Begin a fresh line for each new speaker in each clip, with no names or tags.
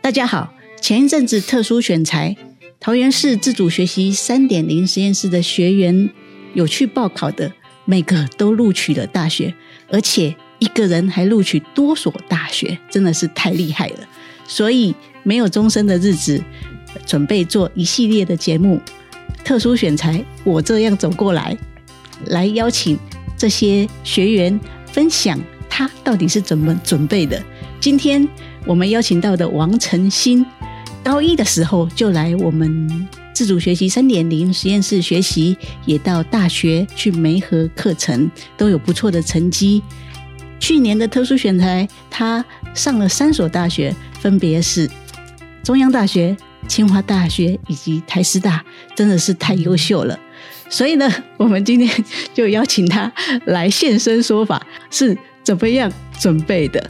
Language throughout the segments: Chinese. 大家好，前一阵子特殊选材，桃园市自主学习三点零实验室的学员有去报考的，每个都录取了大学，而且一个人还录取多所大学，真的是太厉害了。所以没有终身的日子，准备做一系列的节目，特殊选材，我这样走过来，来邀请这些学员分享他到底是怎么准备的。今天我们邀请到的王晨鑫，高一的时候就来我们自主学习三点零实验室学习，也到大学去媒合课程，都有不错的成绩。去年的特殊选材，他上了三所大学，分别是中央大学、清华大学以及台师大，真的是太优秀了。所以呢，我们今天就邀请他来现身说法，是怎么样准备的。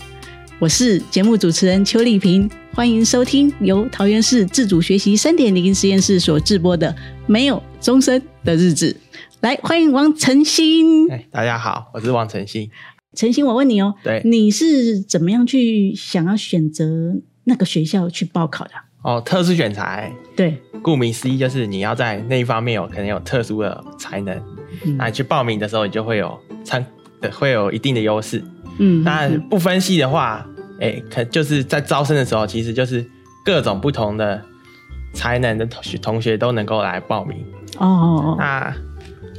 我是节目主持人邱丽萍，欢迎收听由桃园市自主学习三点零实验室所制播的《没有终身的日子》。来，欢迎王晨星。
哎，大家好，我是王晨曦。
晨星，我问你哦，
对
你是怎么样去想要选择那个学校去报考的啊？
哦，特殊选材，
对，
顾名思义就是你要在那一方面有可能有特殊的才能，
嗯
那你去报名的时候，你就会有参的会有一定的优势。
嗯
那
嗯
不分析的话，哎，可就是在招生的时候，其实就是各种不同的才能的同学同学都能够来报名。
哦哦哦，
那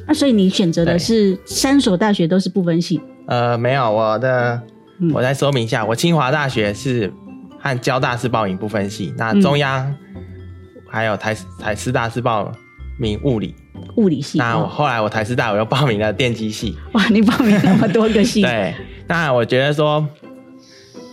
那所以你选择的
对
是三所大学都是不分系，
呃，没有我的
嗯，
我再说明一下，我清华大学是和交大是报名不分系，那
嗯
中央还有台台师大是报名物理。
物理系。
那我
哦
后来我台师大我又报名了电机系，
哇，你报名那么多个 系，
对，那我觉得说，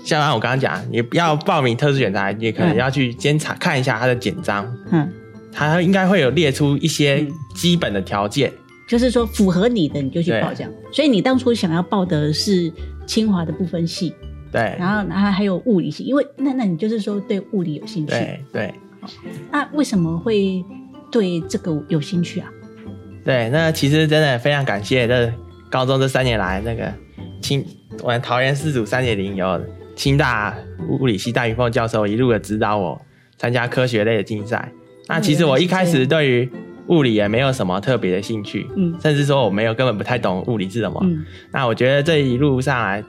像我刚刚讲，你不要报名特殊选材，你可能
嗯
要去监察看一下它的简章，
嗯，
它应该会有列出一些
嗯
基本的条件。
就是说符合你的你就去报
对
这样。所以你当初想要报的是清华的不分系，
对
然后然后还有物理系，因为那那你就是说对物理有兴趣，
对对
那为什么会对这个有兴趣啊？
对，那其实真的非常感谢这高中这三年来那个清我们桃园四组三点零有清大物理系戴云凤教授一路的指导我参加科学类的竞赛。那其实我一开始对于物理也没有什么特别的兴趣，
嗯
甚至说我没有根本不太懂物理是什么。
嗯
那我觉得这一路上来，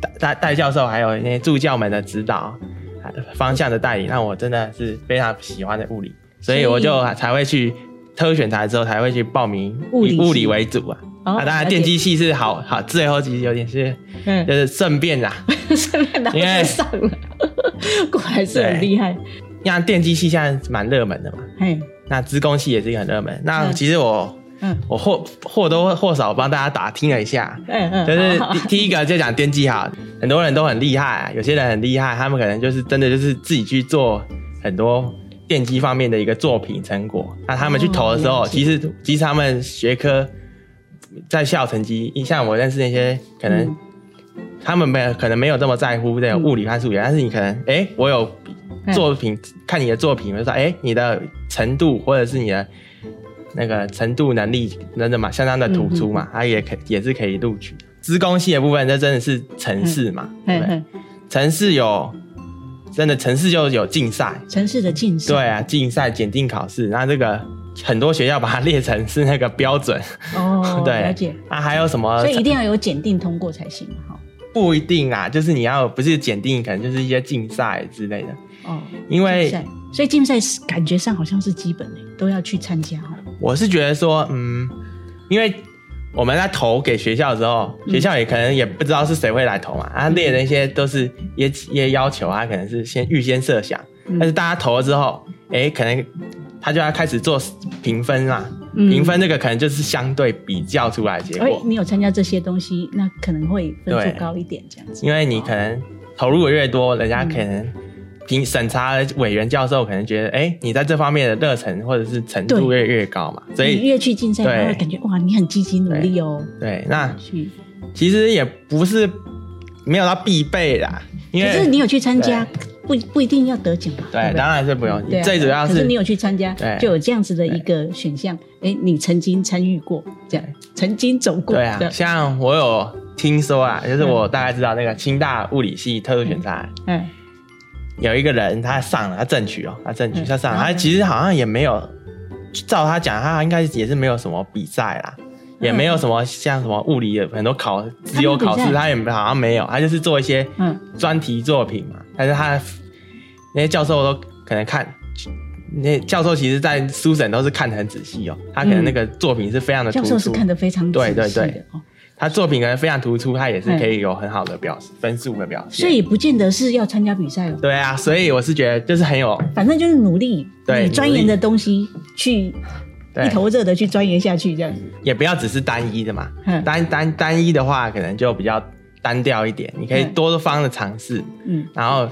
戴戴戴教授还有那些助教们的指导还方向的带领，让我真的是非常喜欢的物理，所以我就
所以
才会去特选材之后才会去报名
物理
以
系
物理为主啊。
哦
啊，当然电机系是好好，最后其实有点是
嗯
就，是顺便啦，
顺便拿
因为
就上了，果然是很厉害。
像电机系现在蛮热门的嘛，
嘿，
那资工系也是一个很热门。那
嗯
其实我
嗯
我或或多或少帮大家打听了一下，
嗯嗯，
就是
好好
第
好
第一个就讲电机好，很多人都很厉害，啊有些人很厉害，他们可能就是真的就是自己去做很多电机方面的一个作品成果。那他们去投的时候，
哦了解
其实其实他们学科在校成绩，像我认识那些可能、
嗯
他们没有可能没有这么在乎这种物理和数学，但是你可能哎、诶我有
嗯
作品、看你的作品，我就说哎、诶你的程度或者是你的。那个程度能力真的嘛，相当的突出嘛，他啊也可也是可以录取。资工系的部分，这真的是城市嘛，对
嗯嘿
不对？
嘿，
城市有真的城市就有竞赛，
城市的竞赛，
对啊，竞赛检定考试，那这个很多学校把它列成是那个标准，，
哦
对，
了解。
那还有什么
所？以一定要有检定通过才行嘛，
不一定啊，就是你要不是检定，可能就是一些竞赛之类的，
哈，哦，
因为
竞赛，所以竞赛是感觉上好像是基本的，都要去参加哈。
我是觉得说，嗯，因为我们在投给学校的时候，
嗯
学校也可能也不知道是谁会来投嘛，他、啊、列的那些都是一些一些要求啊，可能是先预先设想，
嗯
但是大家投了之后，哎、可能他就要开始做评分啦，
嗯
评分这个可能就是相对比较出来的结
哎，
果，
你有参加这些东西，那可能会分
对
数高一点这样子。哦
因为你可能投入的越多，人家可能。评审查委员教授可能觉得，哎、你在这方面的热忱或者是程度越越高嘛，所
你
以
越去竞赛，
对
然后感觉哇，你很积极努力哦。
对，那
去，
其实也不是没有到必备啦，因
可是
为
你有去参加，不不一定要得奖吧？
对，
不
当然是不用，
对啊，
最主要
可是
是
你有去参加，
对
就有这样子的一个选项。哎，你曾经参与过，这样曾经走过，嗯
对啊
这，样
像我有听说啊，就是我大概知道那个清大物理系特殊选材，
嗯，
有一个人他上了，他正取哦，他正取，他上
啊
了，他其实好像也没有，照他讲，他应该也是没有什么比赛啦，也没有
嗯
什么像什么物理的很多考只有考试，他也好像没有，他就是做一些
嗯
专题作品嘛，但是他的那些教授都可能看。那教授其实，在书审都是看得很仔细哦，他可能那个作品是非常的突
嗯教授
出。
是看得非常仔
对
细
对对
的哦，
他作品可能非常突出，他也是可以有很好的表示分数的表现。
所以不见得是要参加比赛哦，
对啊，所以我是觉得就是很有
反正就是努力，
对
你钻研的东西去一
对，
头热的去钻研下去，这样子。
也不要只是单一的嘛，
嗯
单单单一的话可能就比较单调一点，你可以
嗯
多方的尝试，
嗯，
然后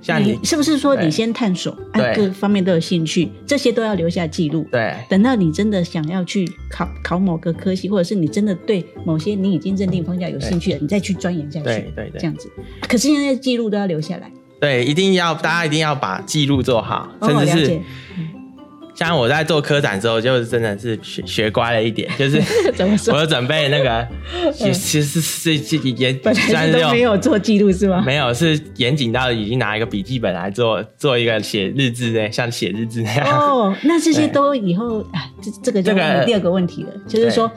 像你
你是不是说你
对
先探索，啊，
对
各方面都有兴趣，这些都要留下记录。
对
等到你真的想要去考考某个科系，或者是你真的对某些你已经认定方向有兴趣了，你再去钻研下去，
对对
这
对
样子。可是现在记录都要留下来，
对，一定要大家一定要把记录做好，
哦
甚
了
至是
解。
像我在做科展之后，就真的是学学乖了一点，就是
怎么说
我有准备 那个，其其实是是也
本
虽
来
然
是
是
都没有做记录是吗？
没有，是严谨到已经拿一个笔记本来做做一个写日志的，像写日志那样。
哦，那这些
对
都以后啊，这这个就
这个
问你第二个问题了，就是说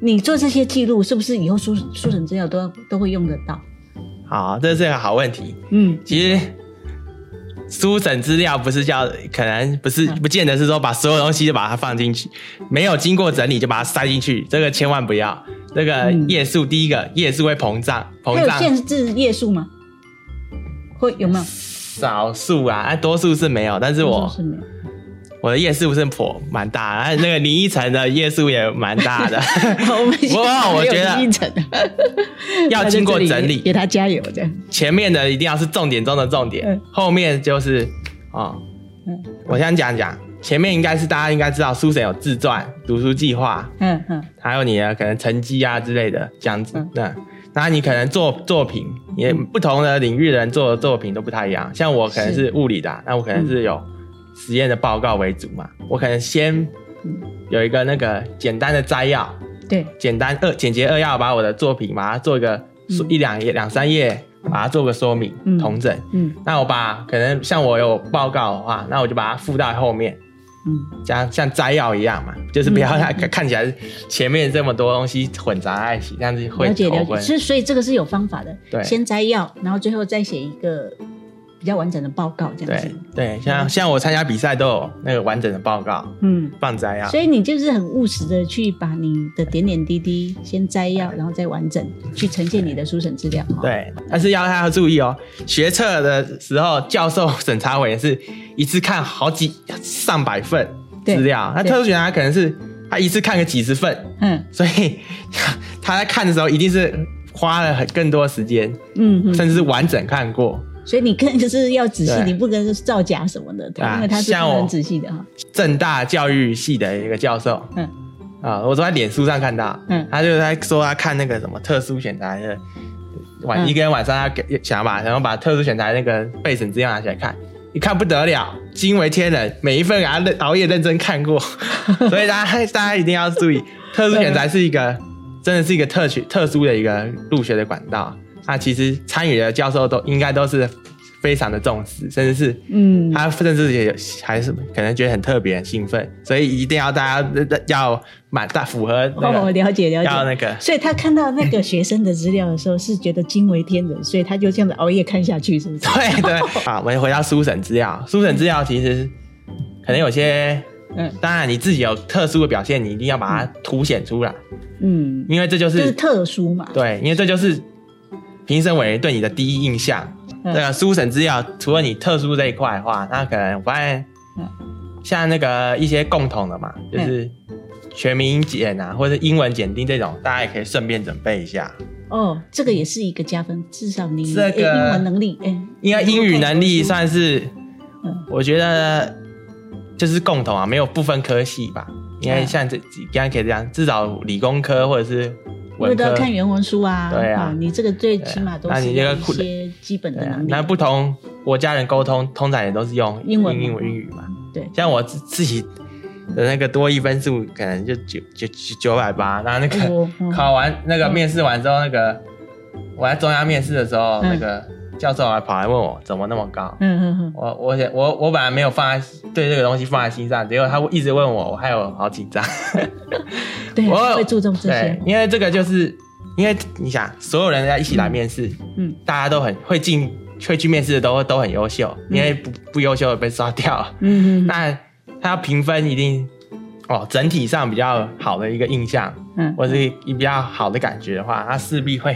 你做这些记录，是不是以后书书审资料都要都会用得到？
好，这是个好问题。
嗯，
其实书审资料不是叫，可能不
嗯
是不见得是说把所有东西就把它放进去，没有经过整理就把它塞进去，这个千万不要。这个
嗯
页数，第一个页数会膨胀，
它
膨
有
胀
限制页数吗？会有没有？
少数啊，啊多数是没有，但是我
多数是没有。
我的页数是颇蛮大的，啊那个林依晨的页数也蛮 大的。
好我们
不过我觉得
一层
要经过整理
给他加油这样。
前面的一定要是重点中的重点，
嗯
后面就是哦，
嗯
我先讲讲，前面应该是大家应该知道，书神有自传、读书计划，
嗯嗯
还有你的可能成绩啊之类的这样子。
嗯
那、那你可能作作品也不同的领域的人做的作品都不太一样，像我可能
是
是物理的啊、那我可能是有实验的报告为主嘛，我可能先
嗯
有一个那个简单的摘要，
对，
简单扼简洁扼要把我的作品把它做一个说一两页两三页，把它做个说明
嗯
同整。
嗯
那我把可能像我有报告的话，那我就把它附到后面，
嗯，
像像摘要一样嘛，就是不要它看 看起来前面这么多东西混杂在一起，这样子会
了解
头
了解。
昏。
所以所以这个是有方法的，
对
先摘要，然后最后再写一个比较完整的报告这样
对
子。
对，像像我参加比赛都有那个完整的报告
嗯，
放摘要，
所以你就是很务实的去把你的点点滴滴先摘要，然后再完整去呈现你的书审资料。哦，
对，但是要大家注意哦，学测的时候，教授审查委员是一次看好几上百份资料，
对
那
对
特殊检查可能是他一次看个几十份，
嗯
所以 他在看的时候一定是花了很更多时间，
嗯嗯。
甚至是完整看过。
所以你看就是要仔细，
对
你不跟造假什么的，
啊
因为他是看
像
得
我
很仔细的哈。
正大教育系的一个教授
嗯
啊、我都在脸书上看到，
嗯
他就在说他看那个什么特殊选材的晚
嗯
一个人晚上，他给想把然后把特殊选材那个备审资料拿起来看，一看不得了，惊为天人，每一份给他认熬夜认真看 过，所以大家大家一定要注意，特殊选材是一个真的是一个特许特殊的一个入学的管道，那其实参与的教授都应该都是非常的重视，甚至是
嗯，
他甚至也有还是可能觉得很特别、很兴奋，所以一定要大家呃要满大符合那
哦，
个、
了解了解。
要那个
所以他看到那个学生的资料的时候，是觉得惊为天人，所以他就这样子熬夜看下去，是不是？
对对啊。我们回到书审资料，书审资料其实可能有些，
嗯
当然你自己有特殊的表现，你一定要把它凸显出来，
嗯，
因为这就
就是
是
特殊嘛。
对，因为这就是评审委员对你的第一印象。
嗯
那个书审资料，除了你特殊这一块的话，那可能我发现
嗯，
像那个一些共同的嘛，就是全民英检啊，或者是英文检定这种，大家也可以顺便准备一下。
哦，这个也是一个加分，至少你
这
诶
个
英文能力，哎、
因为英语能力
上，
算是
嗯，
我觉得就是共同啊，没有不分科系吧。因为
嗯
像这几，应该可以这样，至少理工科或者是
因
文
为都要
科，
看原文书啊。
对啊
你这个最起码都
对啊那
是
你这个
有一些基本的
对啊
能力。
那不同国家人沟通，通常也都是用
嗯英文嘛
英文英语嘛。
对，
像我自自己的那个多一分数可能就九九九九百八，然后那个
我、嗯
考完那个面试完之后，那个我在中央面试的时候，
嗯
那个教授还跑来问我怎么那么高。
嗯嗯嗯，
我我想我我本来没有放在对这个东西放在心上，结果他一直问我，我害我好紧张。
对，啊
我
哎会注重这
对
些，，
因为这个就是因为你想，所有人要一起来面试，
嗯
大家都很会进会去面试的都都很优秀，因为不不优秀的被刷掉了。
嗯嗯
那他要评分一定哦，整体上比较好的一个印象，
嗯，
或是比较好的感觉的话，他势必会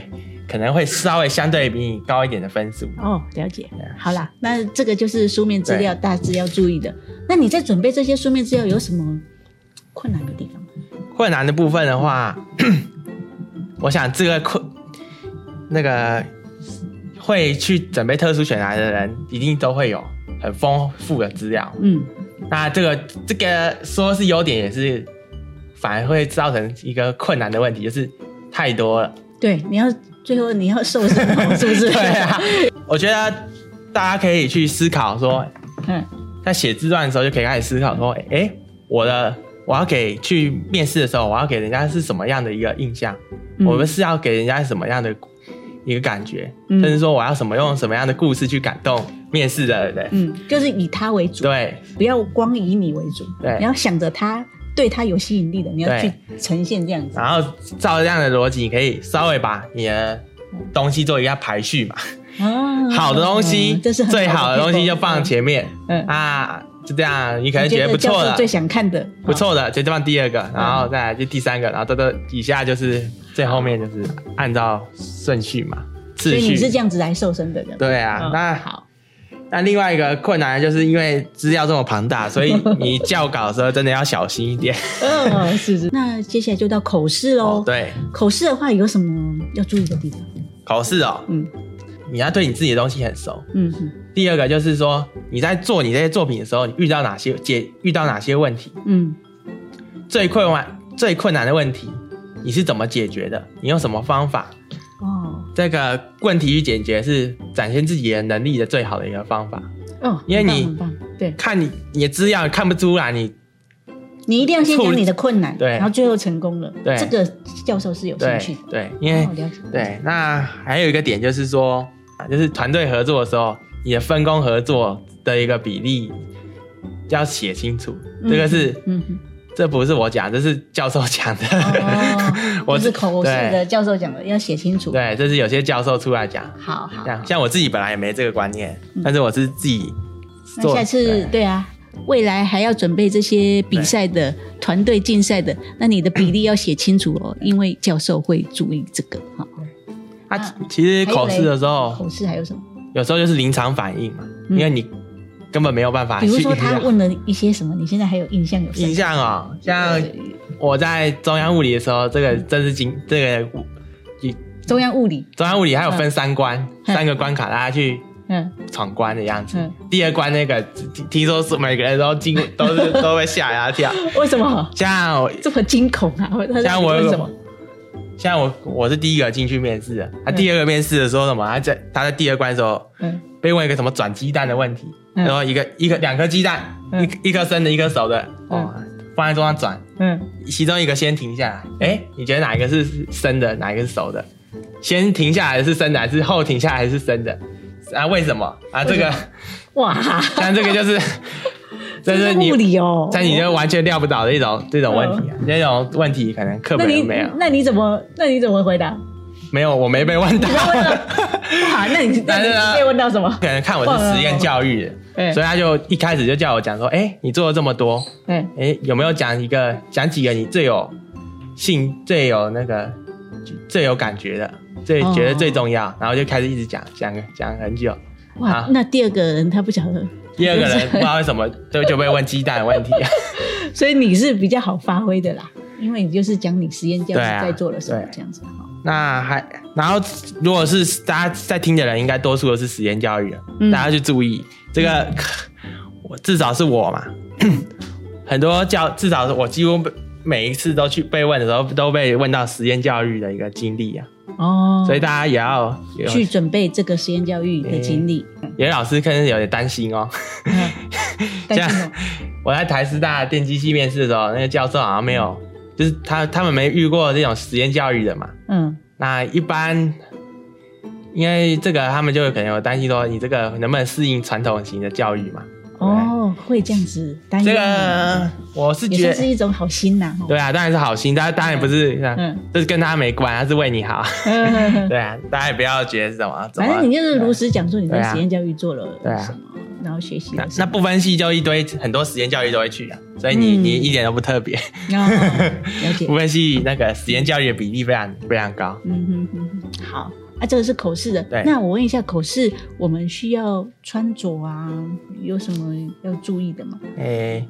可能会稍微相对比你高一点的分数。
哦，了解
对啊。
好啦，那这个就是书面资料大致要注意的。那你在准备这些书面资料有什么困难的地方？
困难的部分的话， 我想这个困那个会去准备特殊选材的人，一定都会有很丰富的资料。
嗯
那这个这个说是优点，也是反而会造成一个困难的问题，就是太 多了。，
对，你要最后你要瘦什么？是不是？
对啊，我觉得大家可以去思考说，
嗯
在写自传的时候就可以开始思考说，哎、我的我要给去面试的时候，我要给人家是什么样的一个印象？
嗯
我们是要给人家什么样的一个感觉？
嗯
甚至说我要什么用什么样的故事去感动面试的人？
嗯，就是以他为主，
对
不要光以你为主，
对
你要想着他对他有吸引力的，你要
对
去呈现这样子。
然后照这样的逻辑，你可以稍微把你的东西做一下排序嘛。
啊
好的东西，
这是很
最好的东西就放前面、
嗯
啊，就这样，你可能
你
觉得不
教
错
授
的，
最想看的，啊
不错的，就放第二个，然后再来就第三个，然后到到以下就是最后面就是按照顺序嘛，
所
次
以
序
你。是这样子来瘦身的人。
对啊，
嗯
那
好，
那另外一个困难就是因为资料这么庞大，所以你校稿的时候真的要小心 一点。哦
嗯，是是。 那接下来就到口试喽。
对，
口试的话有什么要注意的地方？
考试哦，
嗯
你要对你自己的东西很熟。
嗯嗯
第二个就是说你在做你这些作品的时候，你遇到哪些解遇到哪些问题，
嗯
最困难最困难的问题，你是怎么解决的？你用什么方法？
哦
这个问题去解决是展现自己的能力的最好的一个方法。
哦，
因为你
很棒很棒对
看你你的资料看不出来，你
你一定要先
处
讲
理
你的困难，
对
然后最后成功了，
对
这个教授是有兴
对
趣的。
对，因为、
哦了解
对。那还有一个点就是说，啊就是团队合作的时候，你的分工合作的一个比例要写清楚。这个是、
嗯哼，
这不是我讲，这是教授讲的。
哦，
我
我是口试
对
的教授讲的，要写清楚。
对，这是有些教授出来讲。嗯
好好，
像像我自己本来也没这个观念，但是我是自己
那
做。
下次
对
对啊，未来还要准备这些比赛的团队竞赛的，那你的比例要写清楚哦，因为教授会注意这个哈。
啊
啊，
其实口试的时候，
口试还有什么？
有时候就是临场反应嘛，因为你根本没有办啊法去。
比如说他问了一些什么，你现在还有印象有
影
谁？
像哦，像我在中央物理的时候，这个真是经这个
中央物理，
中央物理还有分三关，
嗯
三个关卡，大家去
嗯，
闯关的样子
嗯。
第二关那个听听说是每个人都经都是都会吓一大 跳，
为什么
像我
这么惊恐啊？他在
像我
问什么？
像我我是第一个进去面试的，他第二个面试的时候什么？他在他在第二关的时候
嗯
被问一个什么转鸡蛋的问题，
嗯
然后一个一个两颗鸡蛋，
嗯
一一颗生的，一颗熟的，哦，放在桌上转，
嗯，
其中一个先停下来，哎、你觉得哪一个是生的，哪一个是熟的？先停下来是生的，还是后停下来是生的？啊，为什么啊？这个
为什哇，，
像这个就是这是
物
你，
理哦，
但你就完全料不到的一种这种问题啊，这种问题可能课
嗯那
本
你
都没有，
那你怎么那你怎么回答？
没有，我没被问到
你。被问到，哇，那你那
但是呢
你被问到什么？哎
可能看我是实验教育
对
的，所以他就一开始就叫我讲说，哎、你做了这么多，
嗯，
哎、有没有讲一个讲几个你最有兴、最有那个、最有感觉的、最
哦
觉得最重要？然后就开始一直讲讲讲很久。
哇
啊，
那第二个人他不晓得，
第二个 人不知道为什么就就被问鸡蛋的问题，
所以你是比较好发挥的啦，因为你就是讲你实验教室
对啊
在做了什么
对
这样子哈。
那还然后如果是大家在听的人，应该多数都是实验教育的，
嗯
大家去注意这个。我至少是我嘛， 很多教至少是我几乎每每一次都去被问的时候，都被问到实验教育的一个经历啊，
哦，
所以大家也要有
去准备这个实验教育的经历，
有些老师可能有点担心哦。
嗯担心哦
我在台师大电机系面试的时候，那个教授好像没有，就是他他们没遇过这种实验教育的嘛。
嗯
那一般因为这个他们就可能有担心说，你这个能不能适应传统型的教育嘛？
哦，会这样子担忧
这
啊，
个我是
也
觉
算是
得。
一种好心呐、哦
对啊啊，当然是好心，但当然不是，
嗯
这是跟他没关，他是为 你好。
嗯
对啊，大家也不要觉得是什 么，怎
反
么
正你就是如实讲说你在实验教育做了
对啊
什么，然后学习
那
了什
那
么。
不分系就一堆，很多实验教育都会去啊，所以你、
嗯
你一点都不 特别。
那、 哦、了解
不，分系那个实验教育的比例非常非常高。
嗯哼哼哼，好啊，这个是口试的。
对
那我问一下，口试我们需要穿着啊，有什么要注意的吗？
诶、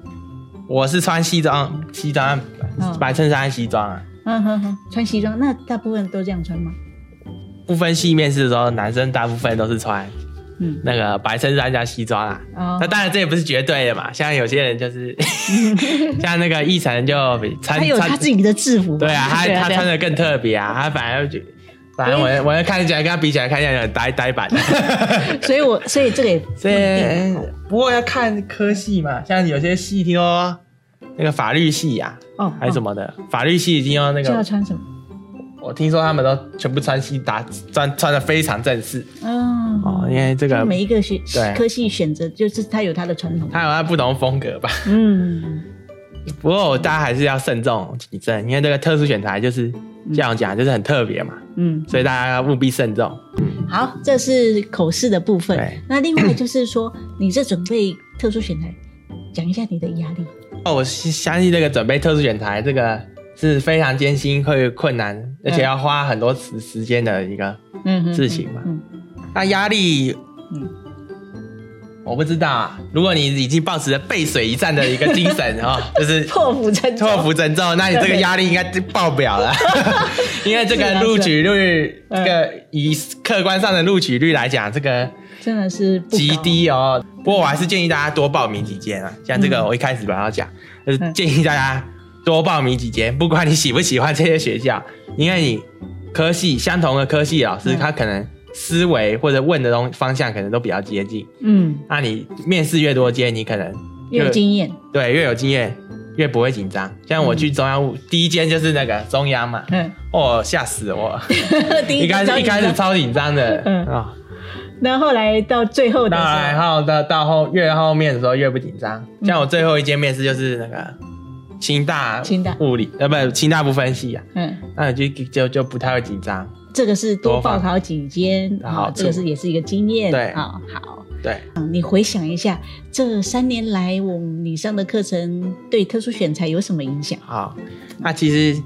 我是穿西装，西装
嗯
白衬衫西装啊。
嗯哼哼，穿西装，那大部分都这样穿吗？
不分系面试的时候，男生大部分都是穿
嗯，
那个白衬衫加西装啊。
哦
那，当然这也不是绝对的嘛，像有些人就是 像那个奕晨就比穿
他有他
穿
自己的制服吧。
对啊，他哎
对
他
对
穿的更特别啊，他反而就反正我我要看起来跟他比起来，看起来有点呆呆 板。
所以我所以这个也不一
这不过要看科系嘛，像有些系听说那个法律系呀、
定哦
还是什
么
么的，啊法律系听说那
就要
个，
穿什么？
我听说他们都全部穿西打，穿穿的非常正式
嗯，
哦，因为这
就
个
每一个学
对
科系选择，就是他有他的传统。
他有他不同风格吧。
嗯，
不过大家还是要慎重谨慎，因为这个特殊选材就是像我讲，就是很特别嘛，
嗯，
所以大家要务必慎重。
好，这是口试的部分
对。
那另外就是说，你这准备特殊选材，讲一下你的压力。
哦，我是相信这个准备特殊选材这个是非常艰辛、会困难，而且要花很多时时间的一个
嗯哼
事情嘛
嗯
那压力，
嗯
嗯，我不知道啊。如果你已经抱持着背水一战的一个精神哦，就是
破釜 沉舟。
破釜沉舟，那你这个压力应该就爆表 了，因为这
是
个
啊
录
是啊
取率，
嗯
这个以客观上的录取率来讲，这个
真的是不高
极。低哦。不过我还是建议大家多报名几间啊，像这个
嗯
我一开始本来要讲，就是建议大家多报名几间，不管你喜不喜欢这些学校，因为你科系相同的科系老师，
嗯
他可能思维或者问的东方向可能都比较接近，
嗯，
那你面试越多间，你可能
越有经验。
对越有经验，越不会紧张。像我去中央物，第一间就是那个中央嘛，
嗯，
哦，吓死我！
第
一
一
开始一开始
招，
超紧张的，
嗯
啊，
那后来到最后的
当然
时候，
后到到后越后面的时候越不紧张。
嗯
像我最后一间面试就是那个清大
清大
物理，呃，不，清大不分系啊，
嗯，
那你就就就不太会紧张。
这个是多
多
报
放
考几间
好
啊，这个是也是一个经验。
对
啊，好。
对，
嗯你回想一下，这三年来我们你上的课程对特殊选材有什么影响？
好，那其实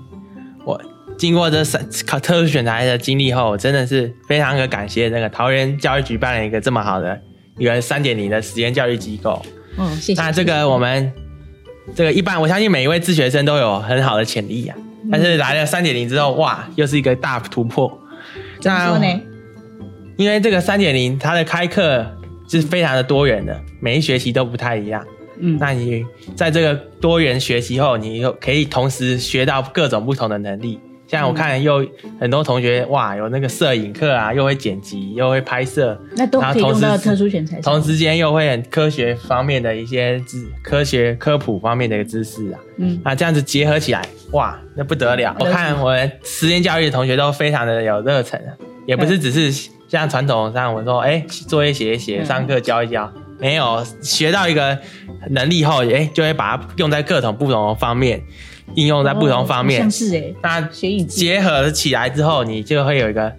我经过这三考特殊选材的经历后，我真的是非常的感谢那个桃园教育局办了一个这么好的一个三点零的实验教育机构。
哦，谢谢。
那这个我们这个一般，我相信每一位自学生都有很好的潜力啊。
嗯
但是来了三点零之后，哇，又是一个大突破。
怎么说呢？
因为这个三点零，它的开课是非常的多元的，每一学期都不太一样。
嗯
那你在这个多元学习后，你又可以同时学到各种不同的能力。像我看又很多同学哇，有那个摄影课啊，又会剪辑，又会拍摄，
那都可以用到特殊选材上。
同时间又会很科学方面的一些知科学科普方面的一个知识啊。
嗯，
啊，这样子结合起来，哇，那不得了！
嗯
我看我们实验教育的同学都非常的有热忱，啊也不是只是像传统上我们说，哎、作业写一写，
嗯
上课教一教，没有学到一个能力后，哎、就会把它用在各种不同的方面，应用在不同方
哦
面。
像是哎，
那
学以致
结合起来之后，你就会有一个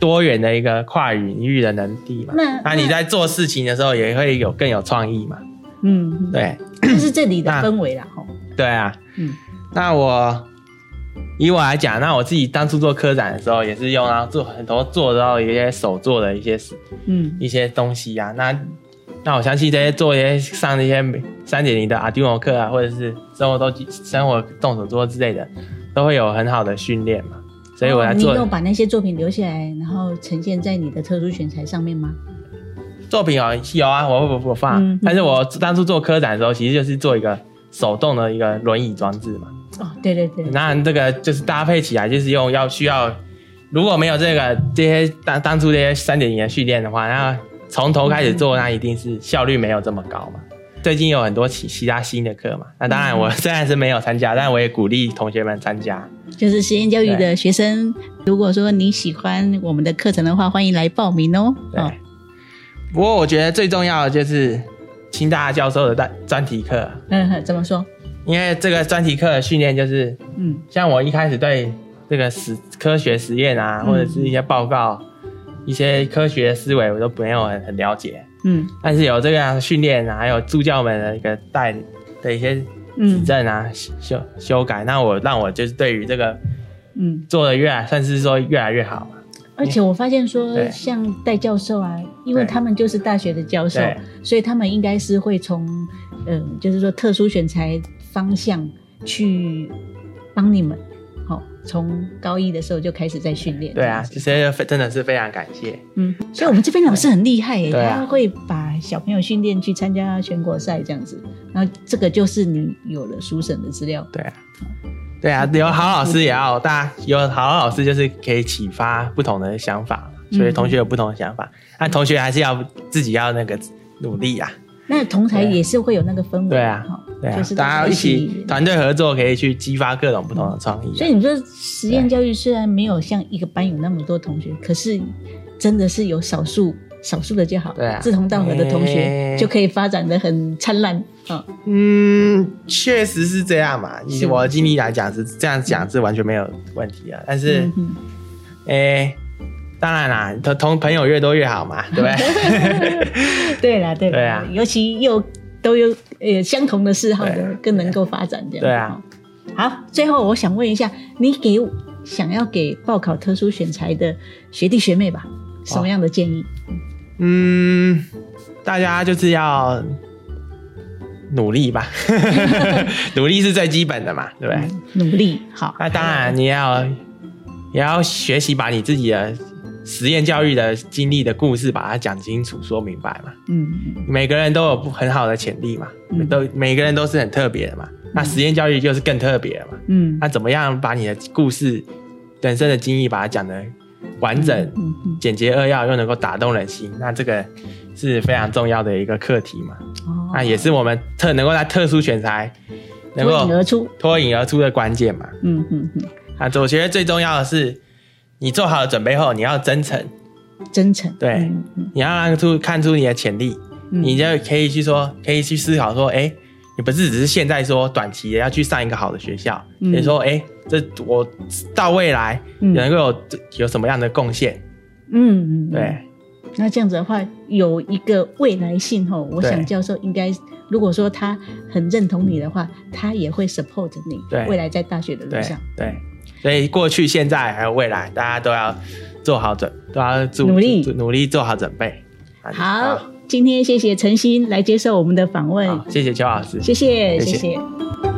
多元的一个跨领域的能力嘛。
那
那你在做事情的时候，也会有更有创意嘛？
嗯，嗯，
对，
就是这里的
那
氛围啦，吼，
对啊。
嗯
那我以我来讲，那我自己当初做科展的时候，也是用到做很多做到一些手做的一些事
嗯
一些东西啊。那那我相信这些做一些上一些三点零的 Arduino 课啊，或者是生活都生活动手做之类的，都会有很好的训练嘛。所以我来
哦
做
你有把那些作品留下来，然后呈现在你的特殊选材上面吗？
作品哦，有啊，我我我放啊、
嗯
但是我当初做科展的时候，其实就是做一个手动的一个轮椅装置嘛。
哦，对对对，
那这个就是搭配起来，就是用要需要，如果没有这个这些当当初这些三点零的训练的话，那从头开始做，那一定是效率没有这么高嘛。最近有很多其其他新的课嘛，那当然我虽然是没有参加，但我也鼓励同学们参加。
就是实验教育的学生，如果说你喜欢我们的课程的话，欢迎来报名哦。
对。
哦，
不过我觉得最重要的就是清大教授的专专题课，
嗯，怎么说？
因为这个专题课的训练就是，
嗯
像我一开始对这个实科学实验啊，
嗯
或者是一些报告、一些科学思维，我都没有很很了解。
嗯
但是有这样的训练啊，还有助教们的一个带的一些指
嗯
正啊、修修改，那我让我就是对于这个
嗯，
做的越来，算是说越来越好嘛。
而且我发现说，
对
像戴教授啊，因为
对
他们就是大学的教授
对，
所以他们应该是会从，嗯、就是说特殊选材方向去帮你们，好、从高一的时候就开始在训练。
对啊，
这样子
其实非真的是非常感谢。
嗯，所以我们这边老师很厉害耶、
对啊
他会把小朋友训练去参加全国赛这样子，然后这个就是你有了书审的资料，
对啊，对啊，有好老师也要大家有好老师，就是可以启发不同的想法，
嗯
所以同学有不同的想法，那、同学还是要自己要那个努力啊，
那同台
对啊
也是会有那个氛围，
对啊
哈
对啊，
就是
大家
一
一起团队合作，可以去激发各种不同的创意、
所
啊。
以你说实验教育虽然没有像一个班有那么多同学，可是真的是有少数少数的就好，
对啊哎
志同道合的同学
诶
就可以发展的很灿烂啊。
嗯，确实是这样嘛，以
是
我的经历来讲是这样讲是完全没有问题啊，但是
嗯哼
诶、当然啦，同同朋友越多越好嘛，对不 对？
对啦，对啦，
对啊
尤其又都有呃相同的嗜好
对
的
啊，
更能够发展这样。
对啊
哦。好，最后我想问一下，你给想要给报考特殊选材的学弟学妹吧，什么样的建议？
嗯，大家就是要努力吧， 努力是最基本的嘛，对不对？
嗯努力好。
那当然，你要也要学习把你自己的实验教育的经历的故事把它讲清楚、说明白嘛。
嗯，嗯
每个人都有不很好的潜力嘛，
嗯
都每个人都是很特别的嘛。那实验教育就是更特别了嘛。
嗯
那怎么样把你的故事、人生的经历把它讲的完整？
嗯嗯
简洁扼要又能够打动人心，那这个是非常重要的一个课题嘛。
哦
那也是我们特能够在特殊选材能
脱
够
颖而出。
脱颖而出的关键嘛。
嗯嗯嗯，
啊，我觉得最重要的是，你做好了准备后，你要真诚，
真诚。
对
嗯嗯
你要让出看出你的潜力，
嗯
你就可以去说，可以去思考说，哎、你不是只是现在说短期的要去上一个好的学校，
嗯
也说，哎、这我到未来
嗯
能够有有什么样的贡献？
嗯嗯，嗯
对。。
那这样子的话，有一个未来性吼，我
对
想教授应该，如果说他很认同你的话，他也会 support 你
对
未来在大学的路
对
上。
对，所以过去、现在还有未来，大家都要做好准，都要做
努力
做努力做好准备。啊
好，，今天谢谢陈鑫来接受我们的访问
好，，谢谢邱老师，
谢谢
谢谢
谢谢